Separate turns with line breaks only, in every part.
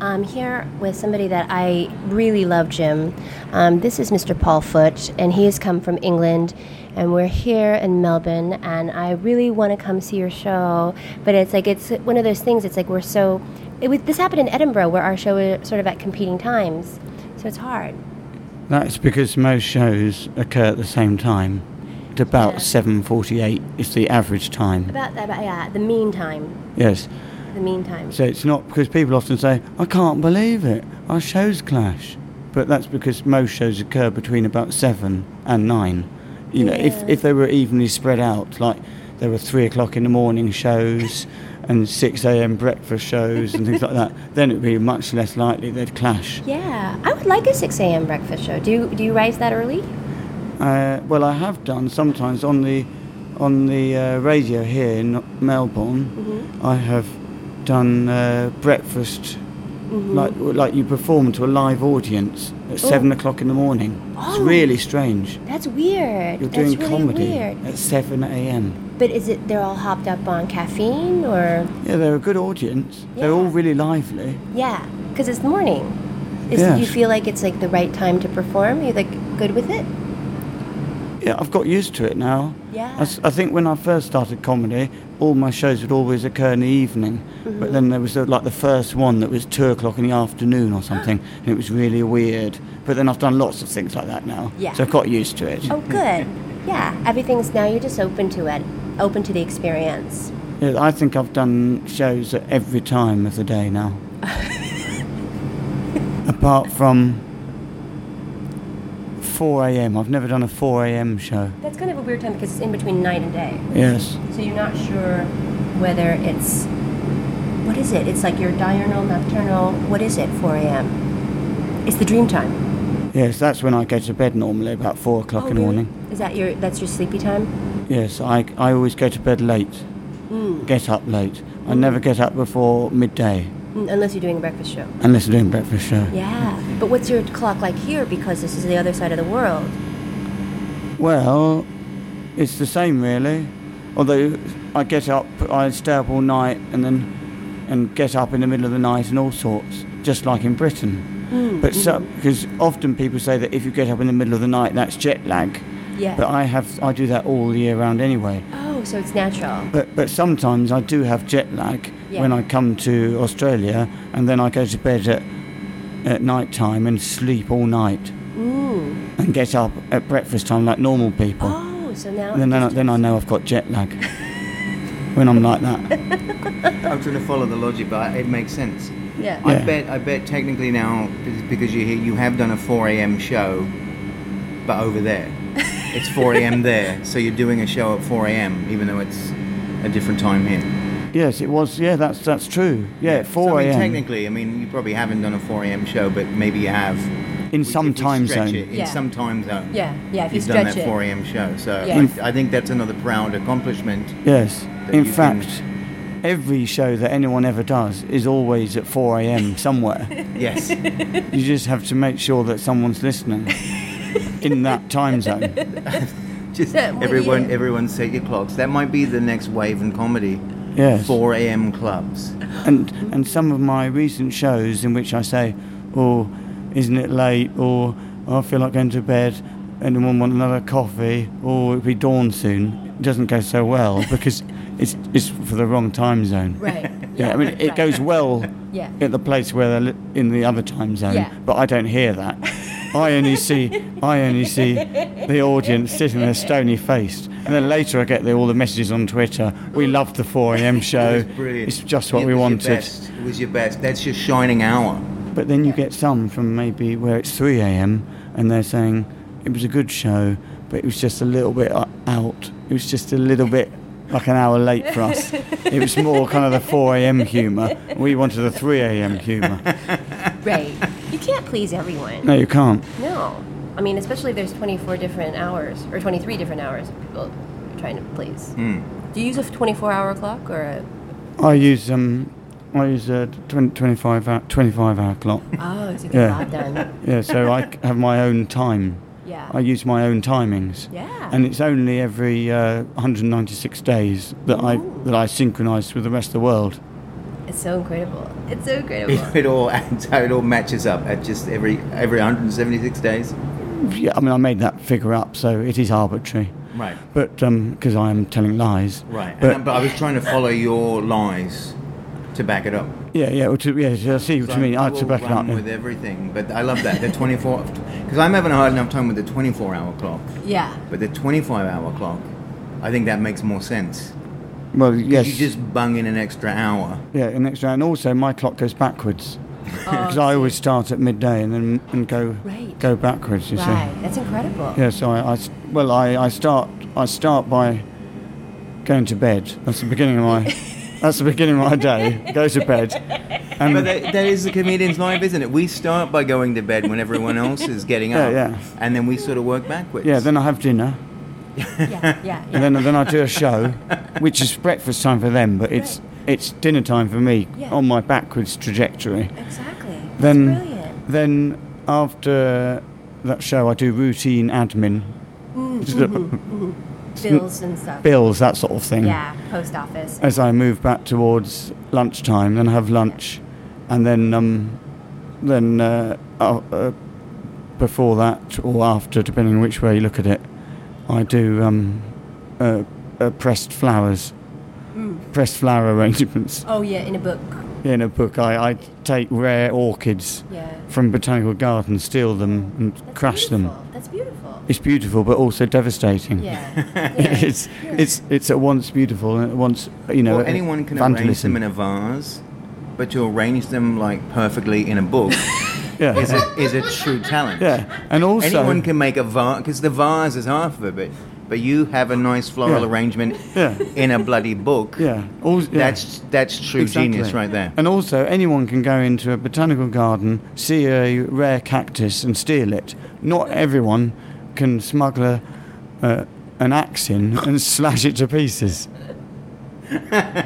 I'm here with somebody that I really love, Jim. Um, this is Mr. Paul Foot, and he has come from England, and we're here in Melbourne. And I really want to come see your show, but it's like it's one of those things. It's like we're so. It was, this happened in Edinburgh, where our show was sort of at competing times, so it's hard.
That's because most shows occur at the same time. At about
Yeah.
7:48 is the average time.
About that, about, yeah, the meantime,
Yes.
the meantime.
So it's not because people often say, "I can't believe it, our shows clash," but that's because most shows occur between about seven and nine. You know, if
Yeah.
if they were evenly spread out, like there were three o'clock in the morning shows and six a.m. breakfast shows and things like that, then it would be much less likely they'd clash.
yeah, I would like a 6 a.m. breakfast show. Do you, do you rise that early?
Uh, well, I have done sometimes on the on the uh, radio here in Melbourne.
Mm-hmm.
I have done uh, breakfast
Mm-hmm.
like like you perform to a live audience at seven o'clock in the morning. It's
Oh.
really strange.
That's weird.
You're
That's
doing
really
comedy
weird.
at seven a.m.
But is it they're all hopped up on caffeine or
Yeah, they're a good audience. They're all
Yeah.
really lively.
yeah? Because it's morning. Is
Yes.
you feel like it's like the right time to perform? You're like good with it.
Yeah, I've got used to it now.
Yeah.
I, s- I think when I first started comedy, all my shows would always occur in the evening.
Mm-hmm.
But then there was uh, like the first one that was two o'clock in the afternoon or something, and it was really weird. But then I've done lots of things like that now,
Yeah.
so I've got used to it.
oh, good. yeah. Everything's now you're just open to it, open to the experience.
Yeah, I think I've done shows at every time of the day now, apart from 4 a.m. I've never done a 4 a.m. show.
That's kind of a weird time because it's in between night and day,
Yes.
so you're not sure whether it's what is it? It's like your diurnal, nocturnal. What is it? 4 a.m. It's the dream time.
Yes, that's when I go to bed normally, about 4 o'clock
Oh,
in the
really?
morning.
Is that your that's your sleepy time?
Yes, I, I always go to bed late, get up late. I never get up before midday
Mm, Unless you're doing a breakfast show.
unless I'm doing breakfast show.
Yeah, but what's your clock like here? Because this is the other side of the world.
Well, it's the same really. Although I get up, I stay up all night and then and get up in the middle of the night and all sorts, just like in Britain. But because often people say that if you get up in the middle of the night, that's jet lag.
Yeah.
But I have I do that all year round anyway.
Oh, so it's natural.
But but sometimes I do have jet lag
Yeah.
when I come to Australia, and then I go to bed at at night time and sleep all night, and get up at breakfast time like normal people.
Oh, so now.
And then then I, then I know I've got jet lag when I'm like that.
I'm trying to follow the logic, but it makes sense.
yeah.
I
Yeah.
bet. I bet technically now it's because you you have done a 4 a.m. show, but over there, it's 4 a.m. there, so you're doing a show at 4 a.m. even though it's a different time here.
Yes, it was. Yeah, that's that's true. Yeah, at
So,
four
I mean,
a.m.
technically, I mean, you probably haven't done a 4 a.m. show, but maybe you have.
in
We-
some
if we
time
stretch
zone.
It, in
Yeah.
some time zone.
Yeah, yeah, if you
You've done
stretch
that
it.
4 a.m. show, so
Yeah.
I, I think that's another proud accomplishment.
Yes.
that
In
you
fact,
can-
every show that anyone ever does is always at four a.m. somewhere.
Yes,
You just have to make sure that someone's listening in that time zone.
just
That we-
everyone, everyone set your clocks. That might be the next wave in comedy.
Yes.
4 a.m. clubs.
And and some of my recent shows in which I say, "Oh, isn't it late?" or "Oh, "I feel like going to bed." Anyone want another coffee? Or it'll be dawn soon. It doesn't go so well because it's it's for the wrong time zone.
Right.
Yeah, I mean, it goes well
Yeah.
at the place where they're li- in the other time zone,
Yeah.
but I don't hear that. I only see, I only see the audience sitting there stony faced, and then later I get the, all the messages on Twitter. We loved the 4 a.m. show.
It was brilliant.
It's just what
It
we
was your
wanted.
best. It was your best. That's your shining hour.
But then you get some from maybe where it's 3 a.m. and they're saying it was a good show, but it was just a little bit o- out. It was just a little bit like an hour late for us. It was more kind of the 4 a.m. humour. We wanted the 3 a.m. humour.
Right. You can't please everyone.
No, you can't.
No. I mean, especially if there's 24 different hours or 23 different hours of people you're trying to please.
Hmm.
Do you use a 24 hour clock or a.
I use um, I use a 20, 25 hour 25 hour clock.
Oh, so you
Yeah.
lot done.
Yeah, so I c- have my own time.
Yeah.
I use my own timings.
Yeah.
And it's only every uh, 196 days that I that I synchronise with the rest of the world.
It's so incredible. It's so incredible.
It, it all adds, it all matches up at just every every 176 days.
Yeah, I mean, I made that figure up, so it is arbitrary.
Right.
But because I am telling lies.
Right. And-
But,
But, I was trying to follow your lies to back it up.
yeah, yeah, well, to, yeah, so I see what
So
you mean. I had
will
to back it
run
up. yeah.
with everything, but I love that the 24 because I'm having a hard enough time with the 24 hour clock,
Yeah.
but the 25 hour clock, I think that makes more sense.
Well, yes.
You just bung in an extra hour.
Yeah, an extra. And also, my clock goes backwards because I always start at midday and then and
Oh,
go
Right.
go backwards. You
Right. That's incredible.
see. Yeah. So I, I s- well, I, I start I start by going to bed. That's the beginning of my that's the beginning of my day. Go to bed. And
But that, that is the comedian's life, isn't it? We start by going to bed when everyone else is getting
Yeah,
up,
yeah.
and then we sort of work backwards.
yeah, then I have dinner,
Yeah. Yeah.
and then then I do a show, which is breakfast time for them, but it's it's dinner time for me
Yeah.
on my backwards trajectory.
Exactly. That's
Then
brilliant.
then after that show, I do routine admin.
Mm,
Just a-
Bills and stuff.
bills, that sort of thing.
mm-hmm. Yeah. Post office.
As I move back towards lunchtime, then I have lunch, and then um, then uh, uh, uh, before that or after, depending on which way you look at it, I do um, uh, uh, pressed flowers,
Mm.
pressed flower arrangements.
Oh yeah, in a book.
In a book, I, I take rare orchids
Yeah.
from botanical gardens, steal them, and
That's
crash them.
beautiful. That's beautiful.
It's beautiful, but also devastating.
Yeah. yeah.
it's it's it's at once beautiful and at once you know
Well, anyone can arrange
vandalism.
them in a vase, but to arrange them like perfectly in a book
yeah
is a, is a true talent.
yeah and also
Anyone can make a vase because the vase is half of it, but you have a nice floral
Yeah.
arrangement
Yeah.
in a bloody book.
yeah all yeah,
That's that's true
exactly.
genius right there.
and also anyone can go into a botanical garden see a rare cactus and steal it not everyone can smuggle a, uh, an axe in and slash it to pieces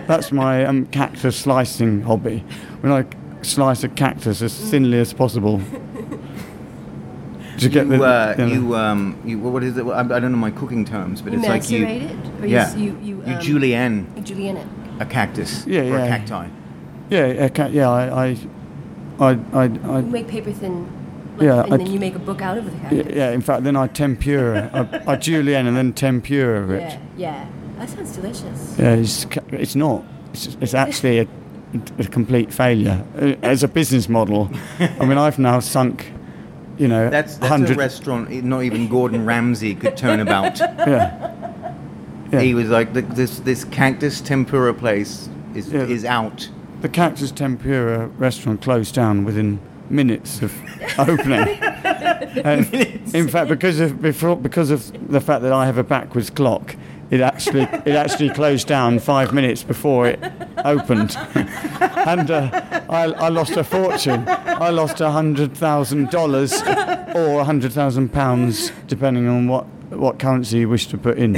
that's my um, cactus slicing hobby when I slice a cactus as thinly as possible to get
You,
the
uh,
you know.
you, um, you, what is it? I I don't know my cooking terms, but
You
it's like you,
macerate it, or you
yeah,
s- you- you, um,
julienne
Julian it.
a cactus
Yeah,
or a
yeah.
cacti.
Yeah, I ca yeah, I, I, I, I,
You
I
make paper thin, like,
Yeah,
and
I-
then you make a book out of the cactus.
yeah. In fact, then I tempura, I, I julienne, and then tempura it.
yeah. yeah. That sounds delicious.
Yeah, it's ca- it's not. It's, it's actually a, a complete failure Uh, as a business model. I mean, I've now sunk, you know,
That's, that's a
100
restaurant. Not even Gordon Ramsay could turn about.
Yeah, Yeah.
He was like, "Th- this this cactus tempura place is
Yeah.
is out.
the Cactus Tempura restaurant closed down within minutes of opening. And in fact, because of before, because of the fact that I have a backwards clock, it actually it actually closed down five minutes before it opened, and uh, I, I lost a fortune. I lost a hundred thousand dollars or a hundred thousand pounds, depending on what what currency you wish to put in.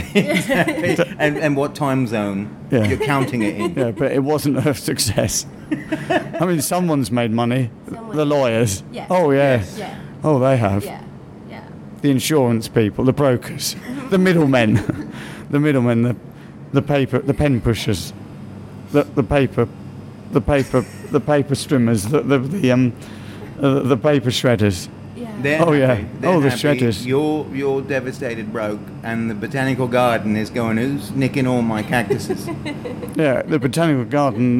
and, and what time zone
Yeah.
you're counting it in?
Yeah, but it wasn't a success. I mean, someone's made money.
Someone.
The lawyers.
Yes.
Oh, yeah.
Yeah.
Oh, they have.
Yeah. Yeah.
The insurance people, the brokers,
Mm-hmm.
the middlemen, the middlemen, the, the paper, the pen pushers, the, the paper, the paper, the paper strimmers, the, the, the, um, uh, the paper shredders.
Yeah.
They're
Oh, yeah.
happy. They're
Oh, the
happy.
shredders.
You're you're devastated, broke, and the botanical garden is going. Who's nicking all my cactuses?
Yeah, the botanical garden,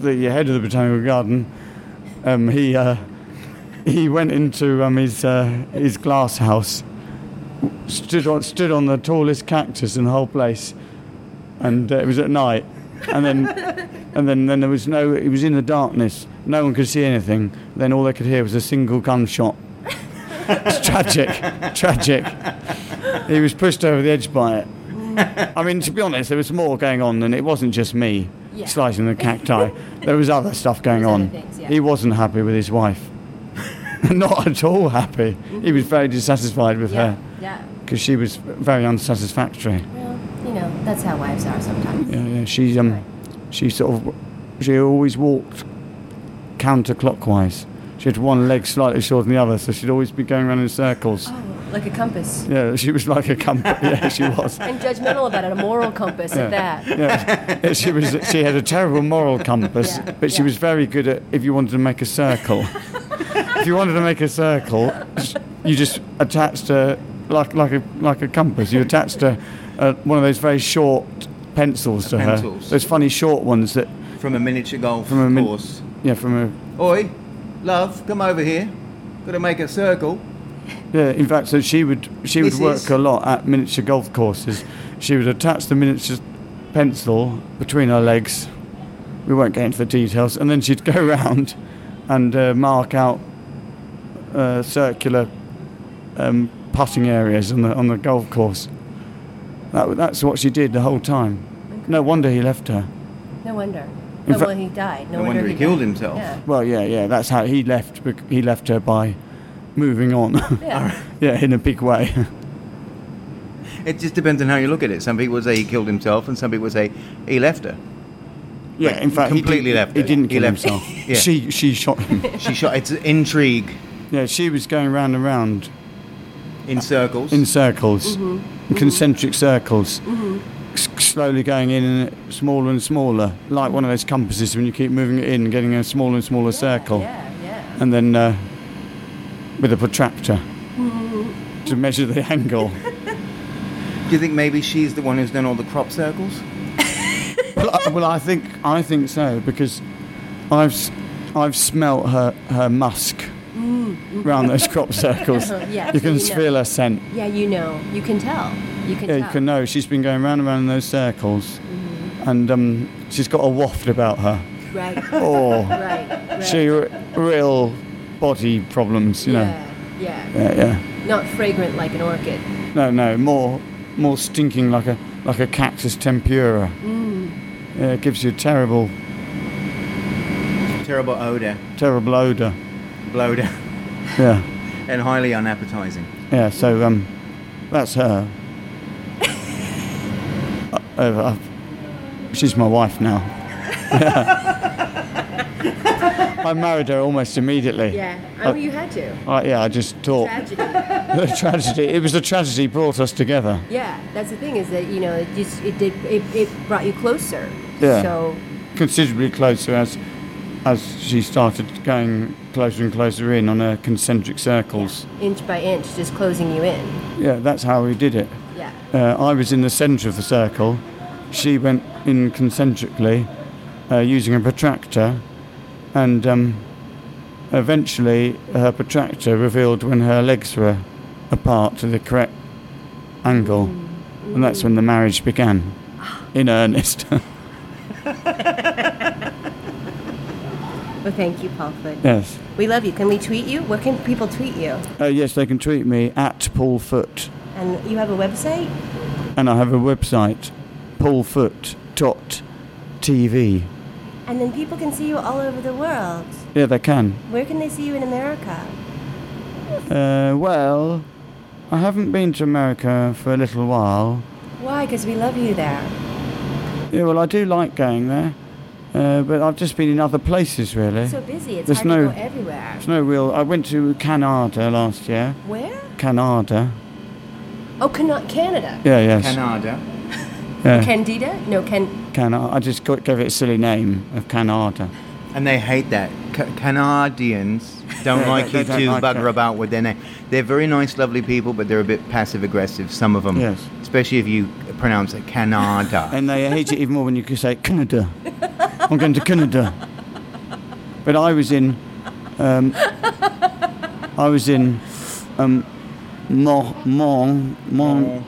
the head of the botanical garden, um, he uh, he went into um, his uh, his glass house, stood on stood on the tallest cactus in the whole place, and uh, it was at night, and then and then, then there was no it was in the darkness, no one could see anything. Then all they could hear was a single gunshot. it's tragic, tragic. He was pushed over the edge by it. I mean, to be honest, there was more going on than it wasn't just me
Yeah.
slicing the cacti. there was other stuff going
There was
on.
other things, yeah.
He wasn't happy with his wife. Not at all happy. He was very dissatisfied with
Yeah.
her
Yeah.
because she was very unsatisfactory.
Well, you know, that's how wives are sometimes.
Yeah, yeah. She um,
Right.
she sort of she always walked counterclockwise. She had one leg slightly shorter than the other, so she'd always be going around in circles.
Oh,
like a compass.
Yeah, she was like a compass. yeah, she was.
And judgmental about it, a moral compass at that.
Yeah, she was. She had a terrible moral compass,
Yeah,
but she
yeah.
was very good at if you wanted to make a circle. if you wanted to make a circle, sh- you just attached a like like a like a compass. You attached a, a one of those very short pencils to
Pencils.
her. Those funny short ones that
From a miniature golf
a min-
course.
yeah from a
Oi, love, come over here. Gotta make a circle.
Yeah, in fact, so she would she would
This
work
is-
a lot at miniature golf courses. She would attach the miniature pencil between her legs. We won't get into the details, and then she'd go round and uh, mark out uh, circular um, putting areas on the on the golf course. That, that's what she did the whole time. No wonder he left her.
No wonder.
In
Oh,
fa-
well, he died. No,
No wonder he killed
died.
himself.
Yeah.
Well, yeah, yeah, that's how he left. bec- He left her by moving on.
yeah.
yeah, in a big way.
It just depends on how you look at it. Some people would say he killed himself, and some people would say he left her.
Yeah, in fact,
completely
he did,
left
He
it.
didn't
He
kill
left-
himself.
Yeah.
She she shot him.
She shot. It's intrigue
yeah, she was going round and round
in circles.
in circles,
Mm-hmm.
in concentric circles, s- slowly going in and smaller and smaller, like one of those compasses when you keep moving it in, getting a smaller and smaller circle,
Yeah, yeah.
and then uh, with a protractor
Mm-hmm.
to measure the angle.
Do you think maybe she's the one who's done all the crop circles?
well, I, well, I think I think so because I've s- I've smelt her her musk
Mm.
round those crop circles.
Yeah, so
you can
you know.
feel her scent.
Yeah, you know. You can tell. You can
Yeah, you
tell.
can know she's been going round and round in those circles, and um, she's got a waft about her.
Right,
Oh,
right, right.
she r- real body problems, you know.
yeah, yeah.
Yeah, yeah.
Not fragrant like an orchid.
No, no, more more stinking like a like a cactus tempura. Yeah, it gives you a terrible
Terrible odor,
terrible odor.
bloater,
Yeah,
and highly unappetizing.
yeah. So um, that's her. I, I, uh, she's my wife now. I married her almost immediately.
Yeah.
Uh,
Oh, you had to.
I, yeah, I just thought
Tragedy.
the tragedy. It was the tragedy brought us together.
Yeah, that's the thing is that you know it just it did it, it brought you closer.
Yeah.
So
Considerably closer as as she started going closer and closer in on her concentric circles.
inch by inch, just closing you in.
Yeah, that's how we did it.
Yeah.
Uh, I was in the centre of the circle. She went in concentrically, uh, using a protractor, and um, eventually her protractor revealed when her legs were apart to the correct angle, and that's when the marriage began in earnest.
Well, thank you, Paul Foot.
yes.
We love you. Can we tweet you? What can people tweet you?
Uh, yes, they can tweet me at Paul Foot,
And you have a website?
and I have a website, paulfoot.tv.
And then people can see you all over the world.
Yeah, they can.
Where can they see you in America?
Uh, well, I haven't been to America for a little while.
Why? Because we love you there.
Yeah, well, I do like going there, uh, but I've just been in other places really.
So busy. It's
There's
hard
no-
to go everywhere.
There's no real. I went to Canada last year.
Where?
Canada.
Oh, Can- Canada.
Yeah, yes.
Canada.
Yeah,
Candida? No, Can.
Canada. I just got, gave it a silly name of Canada.
And they hate that. C- Canadians don't
Yeah,
like
they-
you
they don't
to
like
bugger
it.
about with their name. They're very nice, lovely people, but they're a bit passive aggressive, some of them.
Yes.
Especially if you pronounce it Canada.
And they hate it even more when you can say Canada. I'm going to Canada. But I was in, um, I was in, um, Mont Mont Mont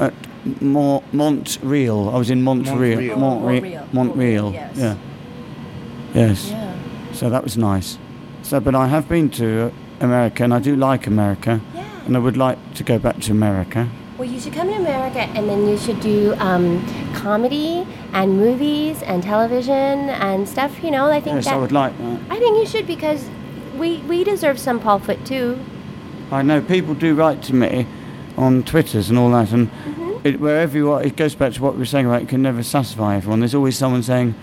at Mont uh, Montreal. I was in Montreal. Montreal.
Montreal.
Montreal.
Montreal.
Montreal, yes.
Yeah. Yes.
Yeah.
So that was nice. So, but I have been to uh, America, and I do like America,
Yeah.
and I would like to go back to America.
Well, you should come to America and then you should do um, comedy and movies and television and stuff. You know, I think
Yes,
that.
I would like that.
I think you should because we we deserve some Paul Foot too.
I know people do write to me on Twitters and all that, and it, wherever you are, it goes back to what we were saying about you can never satisfy everyone. There's always someone saying,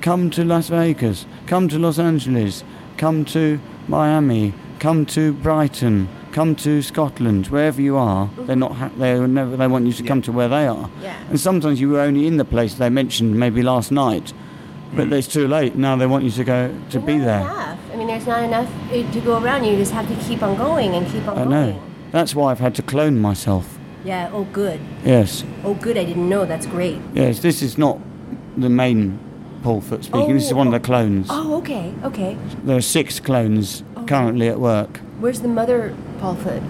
"Come to Las Vegas, come to Los Angeles, come to Miami, come to Brighton, come to Scotland, wherever you are. They're not. Ha- they were never. They want you to come to where they are.
Yeah.
And sometimes you were only in the place they mentioned maybe last night, but it's too late now. They want you to go to be
Not
there.
Enough. I mean, there's not enough
eh,
uh, to go around. You just have to keep on going and keep on
I
going.
know. That's why I've had to clone myself.
Yeah. Oh, good.
Yes.
Oh, good. I didn't know. That's great.
Yes. This is not the main Paul Foot speaking. this is
Oh,
one of the
oh.
clones.
Oh, okay. Okay.
There are six clones currently at work.
Where's the mother, Paul Foot?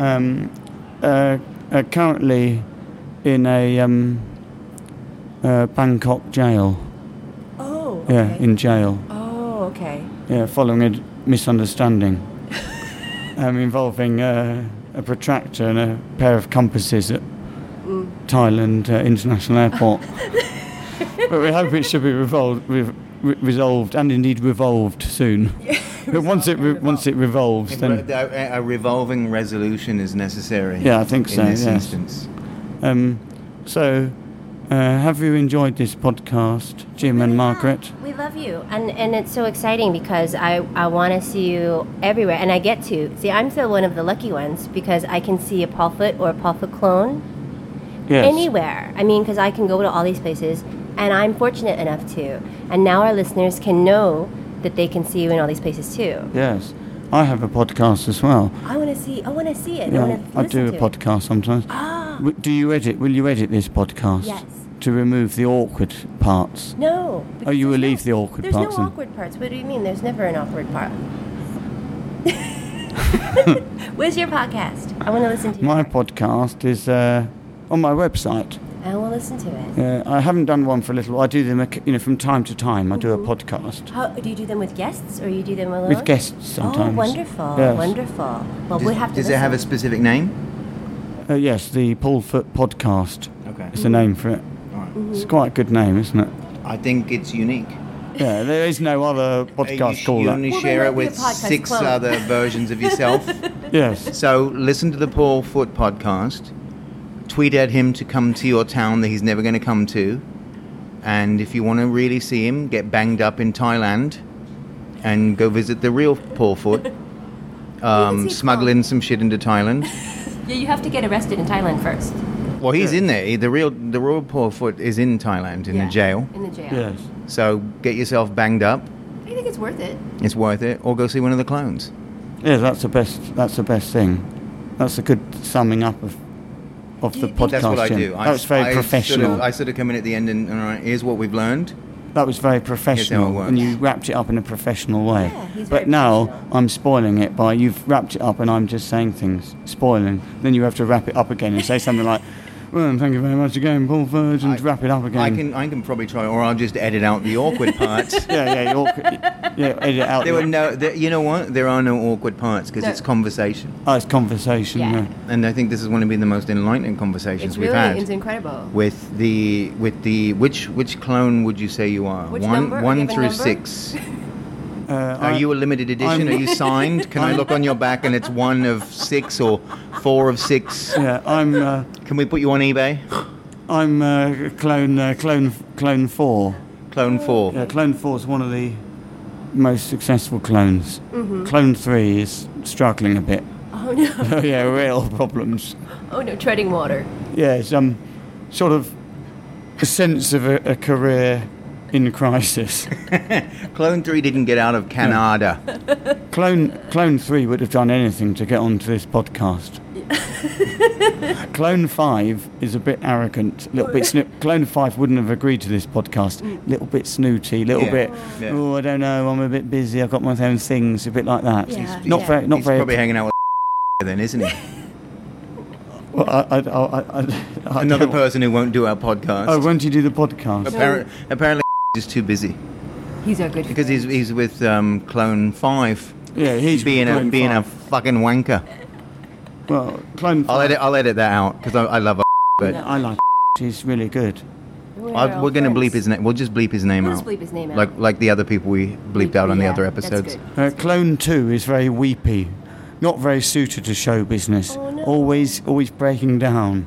um, uh, uh, currently in a um, uh, Bangkok jail.
Oh. Okay.
Yeah, in jail.
oh, okay.
Yeah, following a d- misunderstanding um, involving uh, a protractor and a pair of compasses at Thailand uh, International Airport. but we hope it should be revolved, rev re- resolved, and indeed revolved soon. but once it re- once it revolves, then
uh, A, a revolving resolution is necessary.
Yeah, I think so,
In this
yes.
instance,
Um, so, uh, have you enjoyed this podcast, Jim and Margaret?
We love you, and and it's so exciting because I I want to see you everywhere, and I get to see. I'm still one of the lucky ones because I can see a Paul Foot or a Paul Foot clone
Yes.
anywhere. I mean, because I can go to all these places, and I'm fortunate enough to. And now our listeners can know that they can see you in all these places too.
Yes. I have a podcast as well.
I want to see. I want to see it. I
Yeah,
want to
I do a
to It.
podcast sometimes.
Ah,
W- Do you edit? Will you edit this podcast?
Yes.
To remove the awkward parts.
no. because
Oh, you will
there's
leave the awkward
there's
parts
no
in.
awkward parts. What do you mean? There's never an awkward part. Where's your podcast? I want to listen to
My
it.
podcast is uh, on my website.
I will listen to it.
Uh, I haven't done one for a little. I do them, occ- you know, from time to time. I do a podcast
How do you do them with guests or you do them alone?
with guests sometimes.
Oh, wonderful!
Yes.
Wonderful. Well,
does,
we'll have to.
does it have a
listen.
specific name?
Uh, yes, the Paul Foot podcast.
Okay.
It's the name for it.
All right.
Mm-hmm. Mm.
It's quite a good name, isn't it?
I think it's unique.
Yeah, there is no other
Uh, you
podcast
sh-
called
you
that.
only
Well, there might
share it
be a
with
podcast
six
clone.
other versions of yourself.
Yes.
so listen to the Paul Foot podcast. Tweet at him to come to your town that he's never going to come to. And if you want to really see him get banged up in Thailand and go visit the real Paul Foot, um,
see
smuggle
Paul.
in some shit into Thailand.
Yeah, you have to get arrested in Thailand first.
Well, he's in there. He- The real, the real Paul Foot is in Thailand in
yeah.
the jail.
In the jail.
Yes.
So get yourself banged up.
I think it's worth it.
It's worth it. Or go see one of the clones.
Yeah, that's the best. That's the best thing. That's a good summing up of of the podcast.
That's what I
Jim.
do. I,
that was very
I
professional.
Sort of, I sort of come in at the end and, all right, here's what we've learned.
that was very professional,
works.
and you wrapped it up in a professional way.
Yeah, he's
but
very
now
professional.
I'm spoiling it by you've wrapped it up, and I'm just saying things, spoiling. Then you have to wrap it up again and say something like, "Well, thank you very much again, Paul Verge," and
I-
wrap it up again.
I can, I can probably try, or I'll just edit out the awkward parts.
Yeah, yeah, you're, yeah. Edit out.
There
the-
were no, there, you know what? There are no awkward parts because
No.
it's conversation,
oh, it's conversation.
Yeah.
yeah.
and I think this is one of the most enlightening conversations
It's
we've
really
had.
it's incredible.
with the with the which which clone would you say you are?
Which
one
number? A
one
given
through
number?
six.
Uh,
Are
I-
you a limited edition?
I'm-
are you signed? Can I look on your back and it's one of six or four of six?
Yeah, I'm. Uh,
Can we put you on eBay?
I'm uh, clone uh, clone clone four.
Clone
Oh,
four.
Yeah, clone four is one of the most successful clones. Clone three is struggling a bit.
Oh no!
yeah, real problems.
Oh no! Treading water.
Yeah, it's um, sort of a sense of a, a career in crisis.
Clone three didn't get out of Canada.
clone clone three would have done anything to get onto this podcast. clone five is a bit arrogant, little bit. Sno- clone five wouldn't have agreed to this podcast. Little bit snooty, little
Yeah.
bit.
Yeah.
Oh, I don't know. I'm a bit busy. I've got my own things. A bit like that.
Yeah.
Not
Yeah.
very. Not
He's
very.
probably hanging out with then, isn't he?
well, I, I, I, I- I- I
Another
don't-
person who won't do our podcast.
Oh, won't you do the podcast?
Appar- apparently, is too busy
He's our good.
because he's he's with um, Clone Five.
Yeah, he's
being a
Clone
being
five.
a fucking wanker.
well, clone.
I'll
five-
edit I'll edit that out because I, I love. But
I like. He's really good.
We're,
I, we're going to bleep his
Oh,
name.
name. We'll just bleep his name
We'll just
out.
bleep his name out.
Like like the other people we bleeped out on the
Yeah,
other
that's
episodes.
good.
Uh, clone two is very weepy, not very suited to show business.
Oh, no.
Always, always breaking down.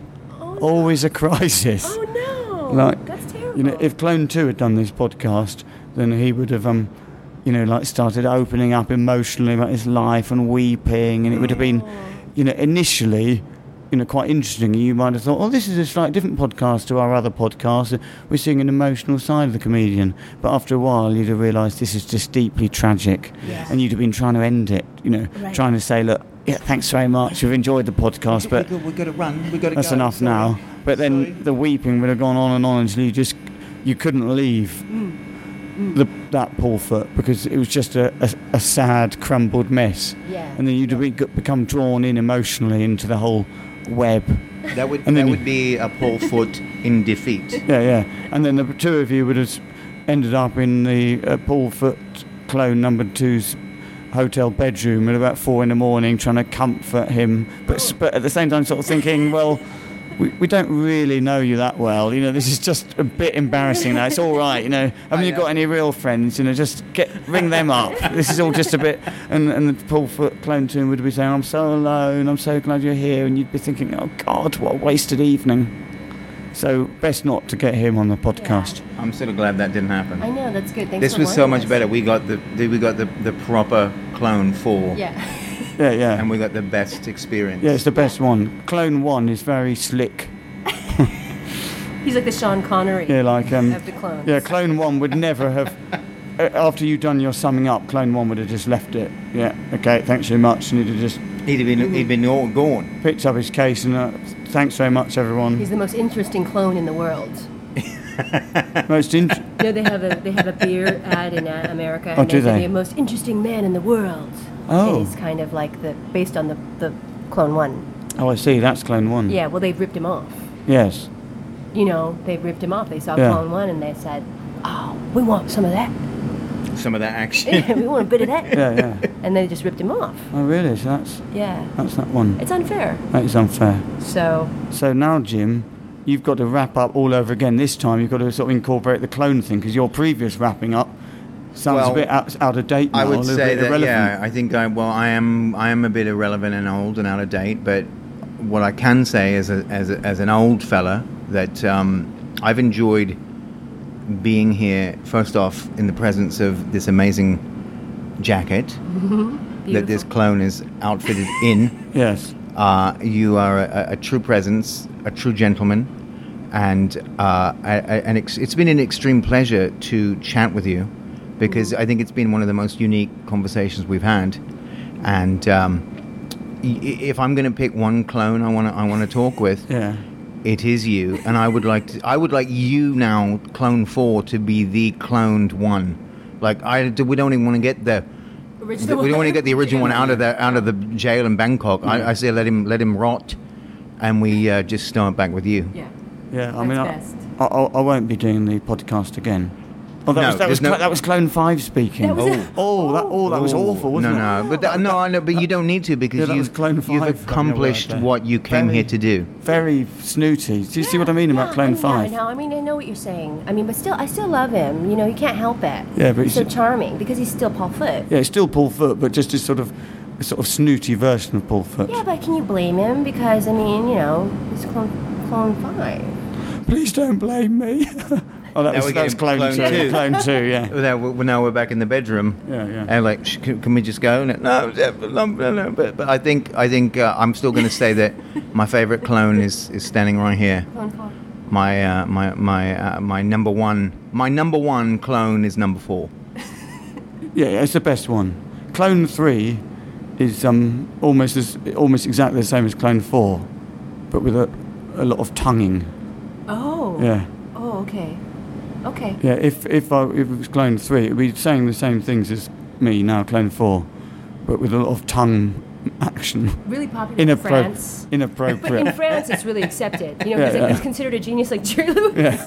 Always a crisis.
Oh no!
Oh. Like,
That's terrible.
You know, if Clone Two had done this podcast, then he would have um, you know, like started opening up emotionally about his life and weeping, and it would have been, you know, initially, you know, quite interesting. You might have thought, oh, this is a slightly different podcast to our other podcast. We're seeing an emotional side of the comedian. But after a while, you'd have realised this is just deeply tragic,
Yes.
and you'd have been trying to end it. You know,
Right.
trying to say, look, yeah, thanks very much. We've enjoyed the podcast, but
we've got to run. We've got to
that's enough now. But then
Sorry.
the weeping would have gone on and on until you just you couldn't leave the, that poor foot because it was just a, a, a sad, crumbled mess.
Yeah.
And then you'd have be- become drawn in emotionally into the whole web.
That would
And
that
then you-
would be a Paul Foot in defeat.
Yeah, yeah. And then the two of you would have s- ended up in the uh, Paul Foot clone number two's hotel bedroom at about four in the morning trying to comfort him, but, s- but at the same time sort of thinking, well, we, we don't really know you that well. You know, this is just a bit embarrassing now. It's all right, you know. Haven't you
know.
got any real friends? You know, just get ring them up. This is all just a bit. And, and the Paul Foot clone tune would be saying, I'm so alone. I'm so glad you're here. And you'd be thinking, oh, God, what a wasted evening. So best not to get him on the podcast.
I'm sort of glad that didn't happen.
I know that's good. Thanks
this
for
was so
warning
much
us.
better. We got the the- we got the, the proper clone four,
Yeah.
Yeah, yeah.
and we got the best experience.
Yeah, it's the best one. Clone one is very slick.
He's like the Sean Connery
Yeah, like um,
of the clones.
yeah, Clone One would never have. a- After you'd done your summing up, Clone One would have just left it. Yeah, okay, thanks very much. And he'd have just
he'd have been
Mm-hmm.
he'd been all gone.
picked up his case and uh, thanks very much, everyone.
He's the most interesting clone in the world.
Most int-
You know, they have a they have a beer ad in uh, America.
Oh,
and
do
it's
they?
The most interesting man in the world.
Oh.
And he's kind of like the based on the the clone one.
oh, I see. That's Clone One.
Yeah. Well, they ripped him off.
Yes.
You know, they ripped him off. They saw
Yeah.
clone one and they said, "Oh, we want some of that.
Some of that action.
we want a bit of that."
Yeah, yeah.
And they just ripped him off.
Oh, really? So that's
Yeah.
that's that one.
It's unfair.
That is unfair.
So
So now, Jim, you've got to wrap up all over again. This time, you've got to sort of incorporate the clone thing because your previous wrapping up sounds
Well,
a bit out, out of date. Now,
I
a
would
little
say
bit
that
irrelevant.
yeah. I think I well I am I am a bit irrelevant and old and out of date, but what I can say as a, as a, as an old fella that um, I've enjoyed being here. First off, in the presence of this amazing jacket that this
beautiful.
clone is outfitted in.
Yes.
Uh, you are a, a true presence, a true gentleman, and uh, I, I, and it's, it's been an extreme pleasure to chat with you because I think it's been one of the most unique conversations we've had. And um, y- i- if I'm going to pick one clone, I want to I want to talk with.
Yeah.
It is you, and I would like to, I would like you now, Clone Four, to be the cloned one. Like I, we don't even want to get the
original.
we don't want to get the original one out of the out of the jail in Bangkok. I, I say let him let him rot, and we uh, just start back with you.
Yeah.
Yeah. I mean,
That's
I,
best.
I, I, I won't be doing the podcast again. Oh, that
No,
was that was,
there's no-
cl- that was Clone Five speaking.
That was-
oh, oh, that oh, that was
Ooh.
awful, wasn't
no,
it?
No, but that, no, I know, but you don't need to
Yeah,
because
that was
you've,
Clone
you've
Five.
accomplished
Fucking
what you came
Very-
here to do.
Very snooty. Do you see what I mean about
Yeah,
Clone
I know,
Five?
I know. I mean, I know what you're saying. I mean, but still, I still love him. You know, you can't help it.
Yeah, but
he's so
he's-
charming because he's still Paul Foot.
Yeah, it's still Paul Foot, but just a sort of a sort of snooty version of Paul Foot.
Yeah, but can you blame him? Because I mean, you know, he's clone, clone five.
Please don't blame me. oh, that
Now
was,
we're
that was
getting
clone,
clone
two.
two.
clone two, yeah.
Well, Now, well, now we're back in the bedroom.
Yeah, yeah.
And like, "Sh- can, can we just go? No, no, no, no, no. But, but I think I think uh, I'm still going to say that my favorite clone is is standing right here.
Clone four.
My uh, my my uh, my number one my number one clone is number four. Um,
Yeah, yeah, it's the best one. Clone three is um, almost as, almost exactly the same as Clone four, but with a, a lot of tonguing.
Oh.
Yeah,
Oh, okay. Okay.
yeah. If if, I, if it was Clone three, it'd be saying the same things as me now, Clone four, but with a lot of tongue action.
Really popular in
Inappro-
France. But in
Inappropriate.
France, it's really accepted. You know,
Yeah,
he's, like,
yeah.
he's considered a genius like Jerry Lewis.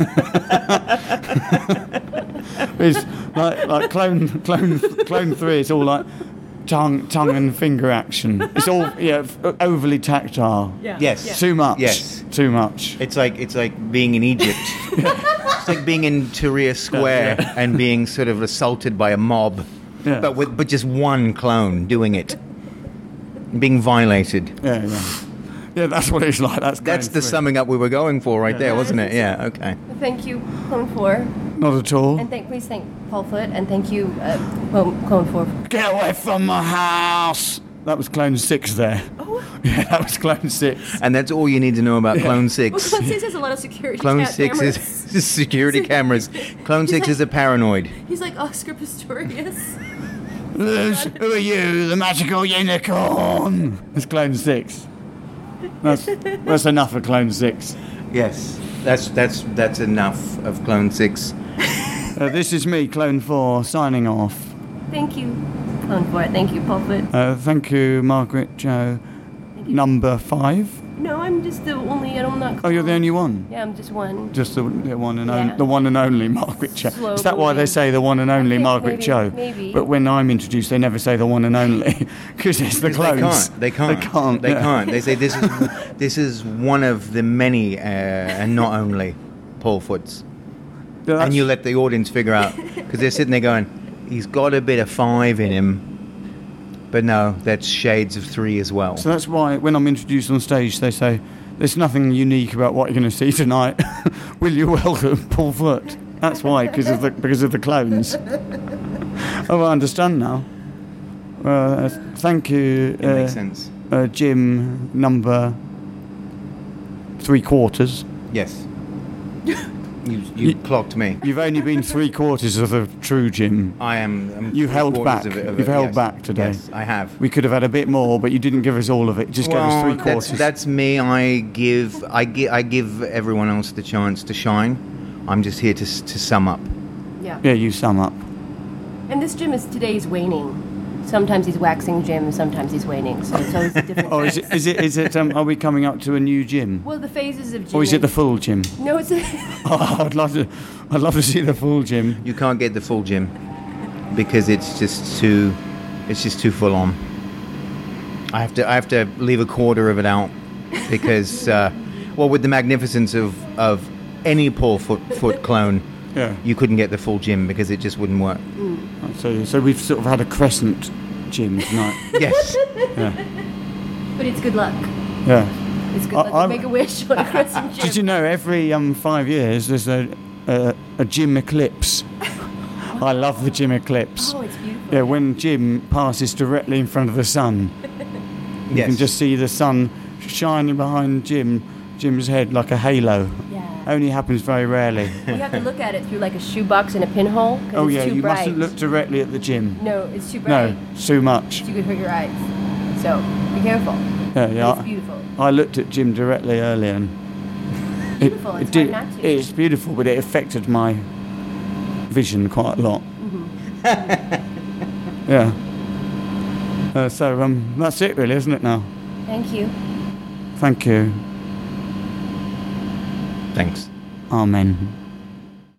It's like, like clone, clone, clone three. It's all like tongue, tongue and finger action. It's all yeah, f- overly tactile.
Yes.
Yeah.
Too much.
Yes.
Too much.
It's like it's like being in Egypt. it's like being in Tahrir Square and being sort of assaulted by a mob,
Yeah.
but with but just one clone doing it, being violated.
Yeah, yeah. Yeah, that's what it's like. That's
That's
clone
the
three.
summing up we were going for right there, wasn't it?
Yeah,
Yeah. Okay.
Thank you, clone four.
Not at all.
And thank, please thank Paul Foot and thank you, uh, Clone, Clone Four.
Get away from my house! That was Clone 6 there. Oh. Yeah, that was Clone 6.
And that's all you need to know about Clone
Well,
6.
Clone Six has a lot of security.
Clone
ca-
6 is
cameras.
security cameras. Clone 6 is a paranoid.
He's like
"Oh,
Oscar Pistorius.
Luce, who are you, the magical unicorn? That's Clone 6. That's, that's enough of Clone 6.
Yes. That's that's that's enough of Clone 6.
Uh, this is me, Clone 4, signing off.
thank you, Clone Four. Thank you, Paul Foot.
Uh, thank you, Margaret Joe. Number 5.
No, I'm just the only. I'm not.
Oh, you're the only one?
Yeah, I'm just one.
Just the, the one and only,
Yeah.
the one and only Margaret Cho.
Slow
Is that why they
moving.
say the one and only
think
Margaret
maybe-
Joe?
maybe.
But when I'm introduced, they never say the one and only because it's the
'Cause They
clones.
can't. They can't.
They can't.
They
yeah.
can't. They say this is this is one of the many uh, and not only Paul Foots.
So that's-
and you let the audience figure out because they're sitting there going, he's got a bit of five in him, but no, that's shades of three as well.
So that's why when I'm introduced on stage, they say, "There's nothing unique about what you're going to see tonight. Will you welcome Paul Foot?" That's why, because of the because of the clones. oh, I understand now. Uh, thank you,
it makes
uh,
sense.
uh, Jim. Number three quarters.
Yes. you you
You-
clocked me.
You've only been three quarters of the true Jim.
I am. I'm
You've held
three-quarters
back.
of it- of
You've
it,
held
yes.
back today.
Yes, I have.
We could have had a bit more, but you didn't give us all of it. You Just gave us
Well,
three
that's,
quarters.
that's me. I give. I give. I give everyone else the chance to shine. I'm just here to s- to sum up.
Yeah.
yeah, you sum up.
And this Jim is today is waning. Sometimes he's waxing Jim. Sometimes he's waning. So it's always a different.
Oh, is
phase.
it? Is it? Is it? Um, are we coming up to a new gym,
Well, the phases of Jim.
or Oh, is it the full gym?
No, it's.
Oh, I'd love to. I'd love to see the full gym.
You can't get the full gym because it's just too it's just too full on. I have to I have to leave a quarter of it out because uh, well with the magnificence of of any Paul Foot Foot clone,
Yeah.
you couldn't get the full gym because it just wouldn't work.
So, so we've sort of had a crescent gym tonight.
Yes.
But it's good luck.
yeah.
It's good
I-
luck.
I'm-
to make a wish on a Christmas Jim.
Did you know every um five years there's a a, a gym eclipse? I love the gym eclipse.
Oh, it's beautiful.
Yeah, when Jim passes directly in front of the sun, you
yes.
can just see the sun shining behind Jim, Jim's head like a halo.
Yeah.
Only happens very rarely.
You have to look at it through like a shoebox and a pinhole. 'cause
Oh
it's
yeah,
too
you
bright.
mustn't look directly at the gym.
No, it's too bright.
No, too much.
You could hurt your eyes. So be careful.
Yeah,
But It's
yeah.
beautiful.
I looked at Jim directly earlier. And it-
Beautiful,
It,
it's
did,
hard not to.
it's beautiful, but it affected my vision quite a lot.
Mm-hmm.
yeah. Uh, so um, that's it, really, isn't it? Now,
Thank you.
thank you.
Thanks.
Amen.